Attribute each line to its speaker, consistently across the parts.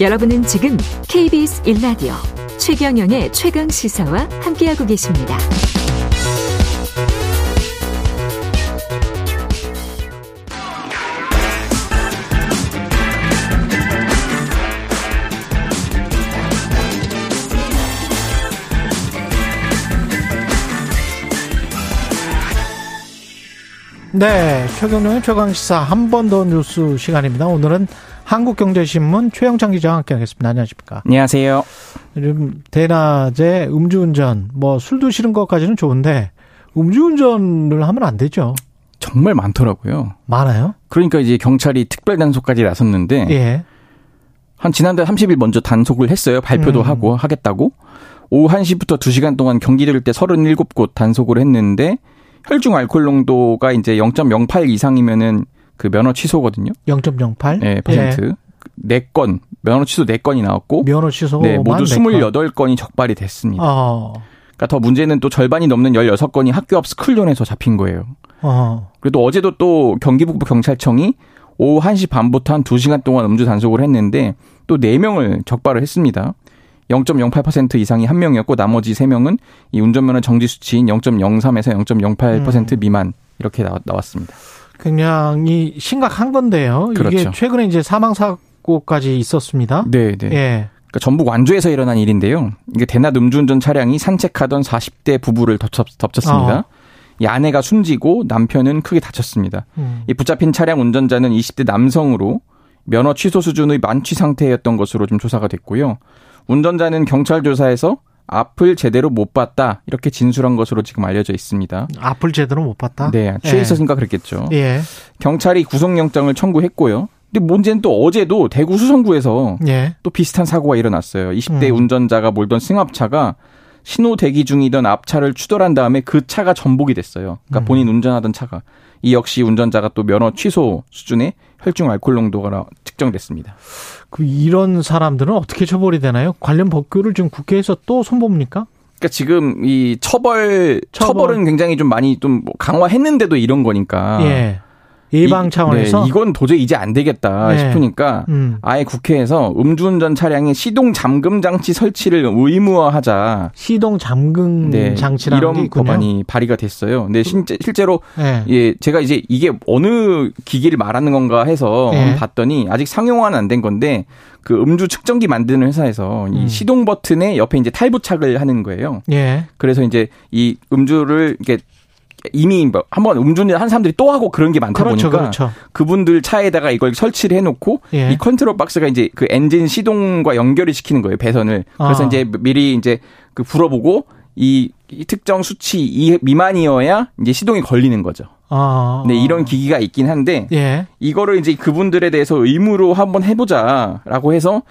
Speaker 1: 여러분은 지금 KBS 1라디오 최경영의 최강 시사와 함께하고 계십니다.
Speaker 2: 네, 최경룡의 최강시사 한 번 더 뉴스 시간입니다. 오늘은 한국경제신문 최영창 기자와 함께하겠습니다. 안녕하십니까?
Speaker 3: 안녕하세요.
Speaker 2: 요즘 대낮에 음주운전, 뭐 술 드시는 것까지는 좋은데 음주운전을 하면 안 되죠.
Speaker 3: 정말 많더라고요.
Speaker 2: 많아요?
Speaker 3: 그러니까 이제 경찰이 특별 단속까지 나섰는데
Speaker 2: 예.
Speaker 3: 한 지난달 30일 먼저 단속을 했어요. 발표도
Speaker 2: 음.
Speaker 3: 하고 하겠다고. 오후 1시부터 2시간 동안 경기도를 때 37곳 단속을 했는데 혈중 알코올 농도가 이제 0.08 이상이면은 그 면허 취소거든요.
Speaker 2: 0.08.
Speaker 3: 네, 퍼센트. 네 건, 면허 취소 네건이 나왔고
Speaker 2: 예. 면허 취소.
Speaker 3: 네, 모두 28건이 적발이 됐습니다.
Speaker 2: 어,
Speaker 3: 그러니까 더 문제는 또 절반이 넘는 16건이 학교 앞 스쿨존에서 잡힌 거예요.
Speaker 2: 어.
Speaker 3: 그래도 어제도 또 경기북부 경찰청이 오후 1시 반부터 한 2시간 동안 음주 단속을 했는데 또 4명을 적발을 했습니다. 0.08% 이상이 1명이었고 나머지 3명은 이 운전면허 정지 수치인 0.03에서 0.08%
Speaker 2: 음.
Speaker 3: 미만 이렇게 나, 나왔습니다.
Speaker 2: 굉장히 심각한 건데요. 이게
Speaker 3: 그렇죠.
Speaker 2: 최근에 이제 사망사고까지 있었습니다.
Speaker 3: 네, 네.
Speaker 2: 예.
Speaker 3: 그러니까 전북 완주에서 일어난 일인데요. 이게 대낮 음주운전 차량이 산책하던 40대 부부를 덮쳤, 습니다
Speaker 2: 어.
Speaker 3: 이 아내가 숨지고 남편은 크게 다쳤습니다.
Speaker 2: 음.
Speaker 3: 이 붙잡힌 차량 운전자는 20대 남성으로 면허 취소 수준의 만취 상태였던 것으로 좀 조사가 됐고요. 운전자는 경찰 조사에서 앞을 제대로 못 봤다 이렇게 진술한 것으로 지금 알려져 있습니다.
Speaker 2: 앞을 제대로 못 봤다.
Speaker 3: 네, 취해 있었으니까 그랬겠죠.
Speaker 2: 아, 예.
Speaker 3: 경찰이 구속영장을 청구했고요. 근데 문제는 또 어제도 대구 수성구에서
Speaker 2: 예.
Speaker 3: 또 비슷한 사고가 일어났어요. 20대
Speaker 2: 음.
Speaker 3: 운전자가 몰던 승합차가 신호 대기 중이던 앞차를 추돌한 다음에 그 차가 전복이 됐어요.
Speaker 2: 음.
Speaker 3: 그러니까 본인 운전하던 차가 이 역시 운전자가 또 면허 취소 수준의 혈중 알코올 농도가 측정됐습니다.
Speaker 2: 그 이런 사람들은 어떻게 처벌이 되나요? 관련 법규를 지금 국회에서 또 손봅니까?
Speaker 3: 그러니까 지금 이 처벌,
Speaker 2: 처벌.
Speaker 3: 처벌. 은 굉장히 좀 많이 좀뭐 강화했는데도 이런 거니까
Speaker 2: 예. 예방
Speaker 3: 아. 이-
Speaker 2: 차원에서
Speaker 3: 네, 이건 도저히 이제 안 되겠다
Speaker 2: 네.
Speaker 3: 싶으니까
Speaker 2: 음.
Speaker 3: 아예 국회에서 음주운전 차량의 시동 잠금 장치 설치를 의무화하자
Speaker 2: 시동 잠금
Speaker 3: 네,
Speaker 2: 음, 장치라는
Speaker 3: 이런
Speaker 2: 게 있군요. 그
Speaker 3: 법안이 발의가 됐어요. 근데 실제, 실제로
Speaker 2: 예.
Speaker 3: 예, 제가 이제 이게 어느 기기를 말하는 건가 해서
Speaker 2: 예.
Speaker 3: 봤더니 아직 상용화는 안 된 건데 그 음주 측정기 만드는 회사에서 이
Speaker 2: 음.
Speaker 3: 시동 버튼에 옆에 이제 탈부착을 하는 거예요.
Speaker 2: 예.
Speaker 3: 그래서 이제 이 음주를 이게 이미 뭐 한번 음주운전 한 사람들이 또 하고 그런 게 많다
Speaker 2: 그렇죠,
Speaker 3: 보니까
Speaker 2: 그렇죠.
Speaker 3: 분들 차에다가 이걸 설치를 해놓고
Speaker 2: 예.
Speaker 3: 이 컨트롤 박스가 이제 그 엔진 시동과 연결이 시키는 거예요 배선을 그래서
Speaker 2: 아.
Speaker 3: 이제 미리 이제 그 불어보고 이, 이 특정 수치 이 미만이어야 이제 시동이 걸리는 거죠.
Speaker 2: 아.
Speaker 3: 근데 이런 기기가 있긴 한데
Speaker 2: 예.
Speaker 3: 이거를 이제 그분들에 대해서 의무로 한번 해보자라고 해서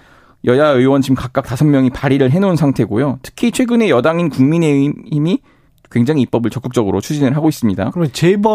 Speaker 3: 여야 의원 지금 각각 다섯 명이 발의를 해놓은 상태고요. 특히 최근에 여당인 국민의힘이 굉장히 입법을 적극적으로 추진을 하고 있습니다.
Speaker 2: 그러면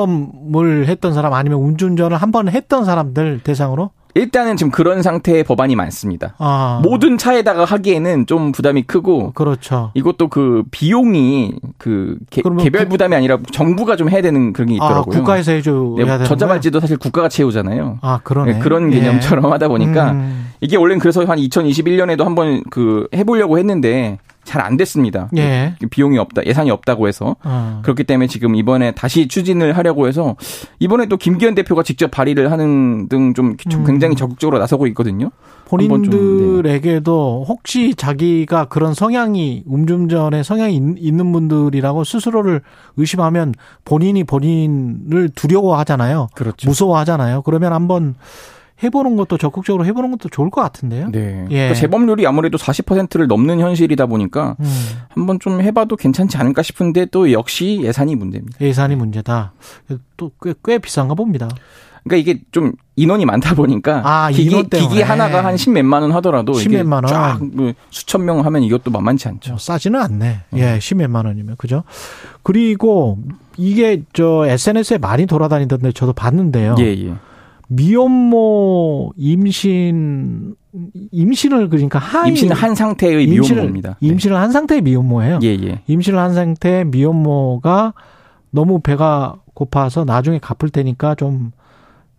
Speaker 2: 재범을 했던 사람 아니면 운전을 한 번 했던 사람들 대상으로
Speaker 3: 일단은 지금 그런 상태의 법안이 많습니다.
Speaker 2: 아.
Speaker 3: 모든 차에다가 하기에는 좀 부담이 크고
Speaker 2: 그렇죠.
Speaker 3: 이것도 그 비용이 그 개,
Speaker 2: 그러면
Speaker 3: 별
Speaker 2: 국-
Speaker 3: 부담이 아니라 정부가 좀 해야 되는 그런 게
Speaker 2: 아,
Speaker 3: 있더라고요.
Speaker 2: 국가에서 해 줘야
Speaker 3: 네,
Speaker 2: 되는
Speaker 3: 전자발찌도 사실 국가가 채우잖아요.
Speaker 2: 거예요? 아, 그러네. 예.
Speaker 3: 네, 그런 개념처럼 하다 보니까
Speaker 2: 음.
Speaker 3: 이게 원래는 그래서 한 2021년에도 한번 그 해보려고 했는데 잘 안 됐습니다.
Speaker 2: 예.
Speaker 3: 비용이 없다, 예산이 없다고 해서
Speaker 2: 어.
Speaker 3: 그렇기 때문에 지금 이번에 다시 추진을 하려고 해서 이번에 또 김기현 대표가 직접 발의를 하는 등 좀
Speaker 2: 음.
Speaker 3: 굉장히 적극적으로 나서고 있거든요. 한번 네. 좀,
Speaker 2: 본인들에게도 혹시 자기가 그런 성향이 음주운전에 성향이 있- 있는 분들이라고 스스로를 의심하면 본인이 본인을 두려워하잖아요.
Speaker 3: 그렇죠.
Speaker 2: 무서워하잖아요. 그러면 한번 해보는 것도 적극적으로 해보는 것도 좋을 것 같은데요.
Speaker 3: 네.
Speaker 2: 예.
Speaker 3: 그러니까 재범률이 아무래도 40%를 넘는 현실이다 보니까
Speaker 2: 음,
Speaker 3: 한번 좀 해봐도 괜찮지 않을까 싶은데 또 역시 예산이 문제입니다.
Speaker 2: 예산이 문제다. 또 꽤 꽤 비싼가 봅니다.
Speaker 3: 그러니까 이게 좀 인원이 많다 보니까
Speaker 2: 아,
Speaker 3: 기기,
Speaker 2: 인원 때문에.
Speaker 3: 기기 하나가 한 십몇만 원 하더라도 이게
Speaker 2: 십몇만 원.
Speaker 3: 쫙뭐 수천 명 하면 이것도 만만치 않죠. 어.
Speaker 2: 저뭐 싸지는 않네. 예, 십몇만 원이면 그죠? 그리고 이게 저 SNS에 많이 돌아다니던데 저도 봤는데요.
Speaker 3: 예, 예.
Speaker 2: 미혼모 임신 임신을 그러니까 하인
Speaker 3: 임신을 한 상태의
Speaker 2: 임신을-
Speaker 3: 미혼모입니다. 네.
Speaker 2: 임신을 한 상태의 미혼모예요.
Speaker 3: 예, 예.
Speaker 2: 임신을 한 상태의 미혼모가 너무 배가 고파서 나중에 갚을 테니까 좀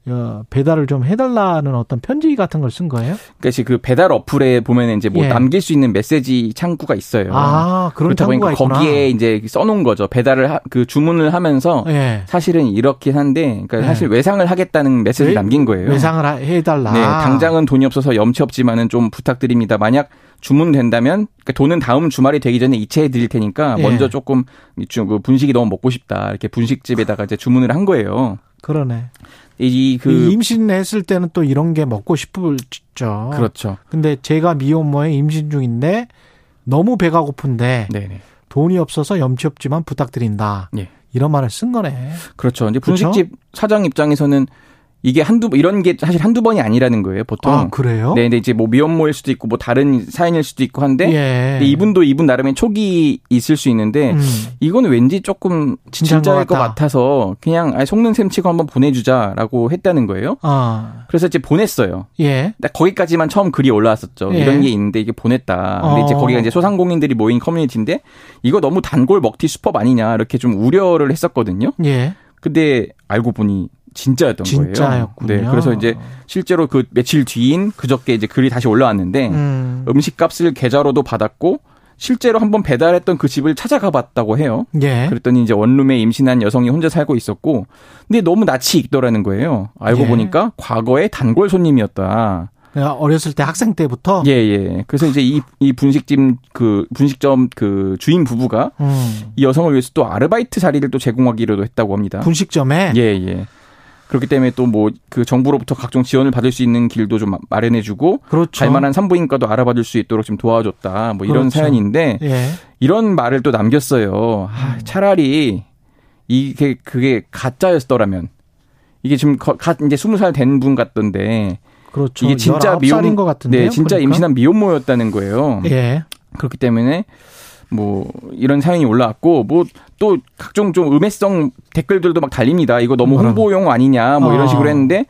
Speaker 2: 어, 배달을 좀 해달라는 어떤 편지 같은 걸 쓴 거예요?
Speaker 3: 그러니까 그 배달 어플에 보면 이제 뭐
Speaker 2: 예.
Speaker 3: 남길 수 있는 메시지 창구가 있어요.
Speaker 2: 아, 그런
Speaker 3: 그렇다 보니까
Speaker 2: 창구가 있구나.
Speaker 3: 거기에 이제 써놓은 거죠. 배달을 하- 그 주문을 하면서
Speaker 2: 예.
Speaker 3: 사실은 이렇게 한데, 그러니까
Speaker 2: 네.
Speaker 3: 사실 외상을 하겠다는 메시지를
Speaker 2: 왜-
Speaker 3: 남긴 거예요.
Speaker 2: 외상을 아. 하- 해달라.
Speaker 3: 네, 당장은 돈이 없어서 염치 없지만은 좀 부탁드립니다. 만약 주문된다면 그러니까 돈은 다음 주말이 되기 전에 이체해 드릴 테니까
Speaker 2: 예.
Speaker 3: 먼저 조금 좀그 분식이 너무 먹고 싶다 이렇게 분식집에다가 이제 주문을 한 거예요.
Speaker 2: 그러네.
Speaker 3: 이그
Speaker 2: 이 임신했을 때는 또 이런 게 먹고 싶을죠.
Speaker 3: 그렇죠.
Speaker 2: 근데 제가 미혼모에 임신 중인데 너무 배가 고픈데
Speaker 3: 네네.
Speaker 2: 돈이 없어서 염치 없지만 부탁드린다.
Speaker 3: 예.
Speaker 2: 이런 말을 쓴 거네.
Speaker 3: 그렇죠. 이제
Speaker 2: 그렇죠?
Speaker 3: 분식집 사장 입장에서는 이게 한두 번- 이런 게 사실 한두 번이 아니라는 거예요, 보통.
Speaker 2: 아 그래요?
Speaker 3: 네, 근데 이제 뭐 미혼모일 수도 있고 뭐 다른 사연일 수도 있고 한데
Speaker 2: 예.
Speaker 3: 근데 네, 이분도 네. 이분 나름의 촉이 있을 수 있는데
Speaker 2: 음.
Speaker 3: 이건 왠지 조금
Speaker 2: 진짜인
Speaker 3: 진짜일
Speaker 2: 것
Speaker 3: 것
Speaker 2: 같다.
Speaker 3: 같아서 그냥 아예 속는 셈 치고 한번 보내주자라고 했다는 거예요.
Speaker 2: 아
Speaker 3: 그래서 이제 보냈어요.
Speaker 2: 예.
Speaker 3: 근데 거기까지만 처음 글이 올라왔었죠.
Speaker 2: 예.
Speaker 3: 이런 게 있는데 이게 보냈다. 근데 이제
Speaker 2: 어.
Speaker 3: 거기가 이제 소상공인들이 모인 커뮤니티인데 이거 너무 단골 먹튀 수법 아니냐 이렇게 좀 우려를 했었거든요.
Speaker 2: 예.
Speaker 3: 근데 알고 보니 진짜였던
Speaker 2: 진짜였군요.
Speaker 3: 거예요. 네, 그래서 이제 실제로 그 며칠 뒤인 그저께 이제 글이 다시 올라왔는데
Speaker 2: 음.
Speaker 3: 음식값을 계좌로도 받았고 실제로 한번 배달했던 그 집을 찾아가봤다고 해요.
Speaker 2: 예.
Speaker 3: 그랬더니 이제 원룸에 임신한 여성이 혼자 살고 있었고 근데 너무 낯이 익더라는 거예요. 알고
Speaker 2: 예.
Speaker 3: 보니까 과거의 단골 손님이었다.
Speaker 2: 내가 어렸을 때 학생 때부터
Speaker 3: 예, 예. 그래서 이제 이, 이 분식집 그 분식점 그 주인 부부가
Speaker 2: 음.
Speaker 3: 이 여성을 위해서 또 아르바이트 자리를 또 제공하기로도 했다고 합니다.
Speaker 2: 분식점에
Speaker 3: 예, 예. 그렇기 때문에 또 뭐 그 정부로부터 각종 지원을 받을 수 있는 길도 좀 마련해주고
Speaker 2: 그렇죠.
Speaker 3: 갈만한 산부인과도 알아봐줄 수 있도록 좀 도와줬다. 뭐 이런
Speaker 2: 그렇죠.
Speaker 3: 사연인데
Speaker 2: 예.
Speaker 3: 이런 말을 또 남겼어요. 아,
Speaker 2: 음.
Speaker 3: 차라리 이게 그게 가짜였더라면 이게 지금 거- 갓 이제 스무 살 된 분 같던데
Speaker 2: 그렇죠.
Speaker 3: 이게 진짜
Speaker 2: 19 살인
Speaker 3: 미혼-
Speaker 2: 것 같은데요.
Speaker 3: 네, 진짜
Speaker 2: 그러니까.
Speaker 3: 임신한 미혼모였다는 거예요.
Speaker 2: 예.
Speaker 3: 그렇기 때문에 뭐 이런 사연이 올라왔고 뭐 또 각종 좀 음해성 댓글들도 막 달립니다. 이거 너무
Speaker 2: 뭐라고?
Speaker 3: 홍보용 아니냐 뭐
Speaker 2: 아.
Speaker 3: 이런 식으로 했는데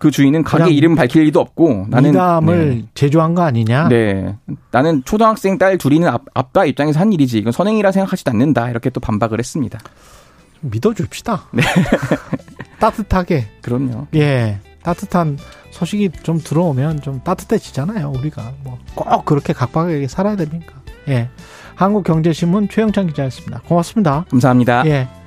Speaker 3: 그 주인은 가게
Speaker 2: 그냥
Speaker 3: 이름 밝힐 리도 없고 음. 나는
Speaker 2: 미담을 제조한 거 아니냐?
Speaker 3: 네. 나는 초등학생 딸 둘이는 아, 아빠 입장에서 한 일이지. 이건 선행이라 생각하지도 않는다. 이렇게 또 반박을 했습니다.
Speaker 2: 믿어줍시다.
Speaker 3: 네.
Speaker 2: 따뜻하게
Speaker 3: 그럼요.
Speaker 2: 예 따뜻한 소식이 좀 들어오면 좀 따뜻해지잖아요. 우리가 뭐 꼭 그렇게 각박하게 살아야 됩니까? 예 한국경제신문 최영찬 기자였습니다. 고맙습니다.
Speaker 3: 감사합니다.
Speaker 2: 예.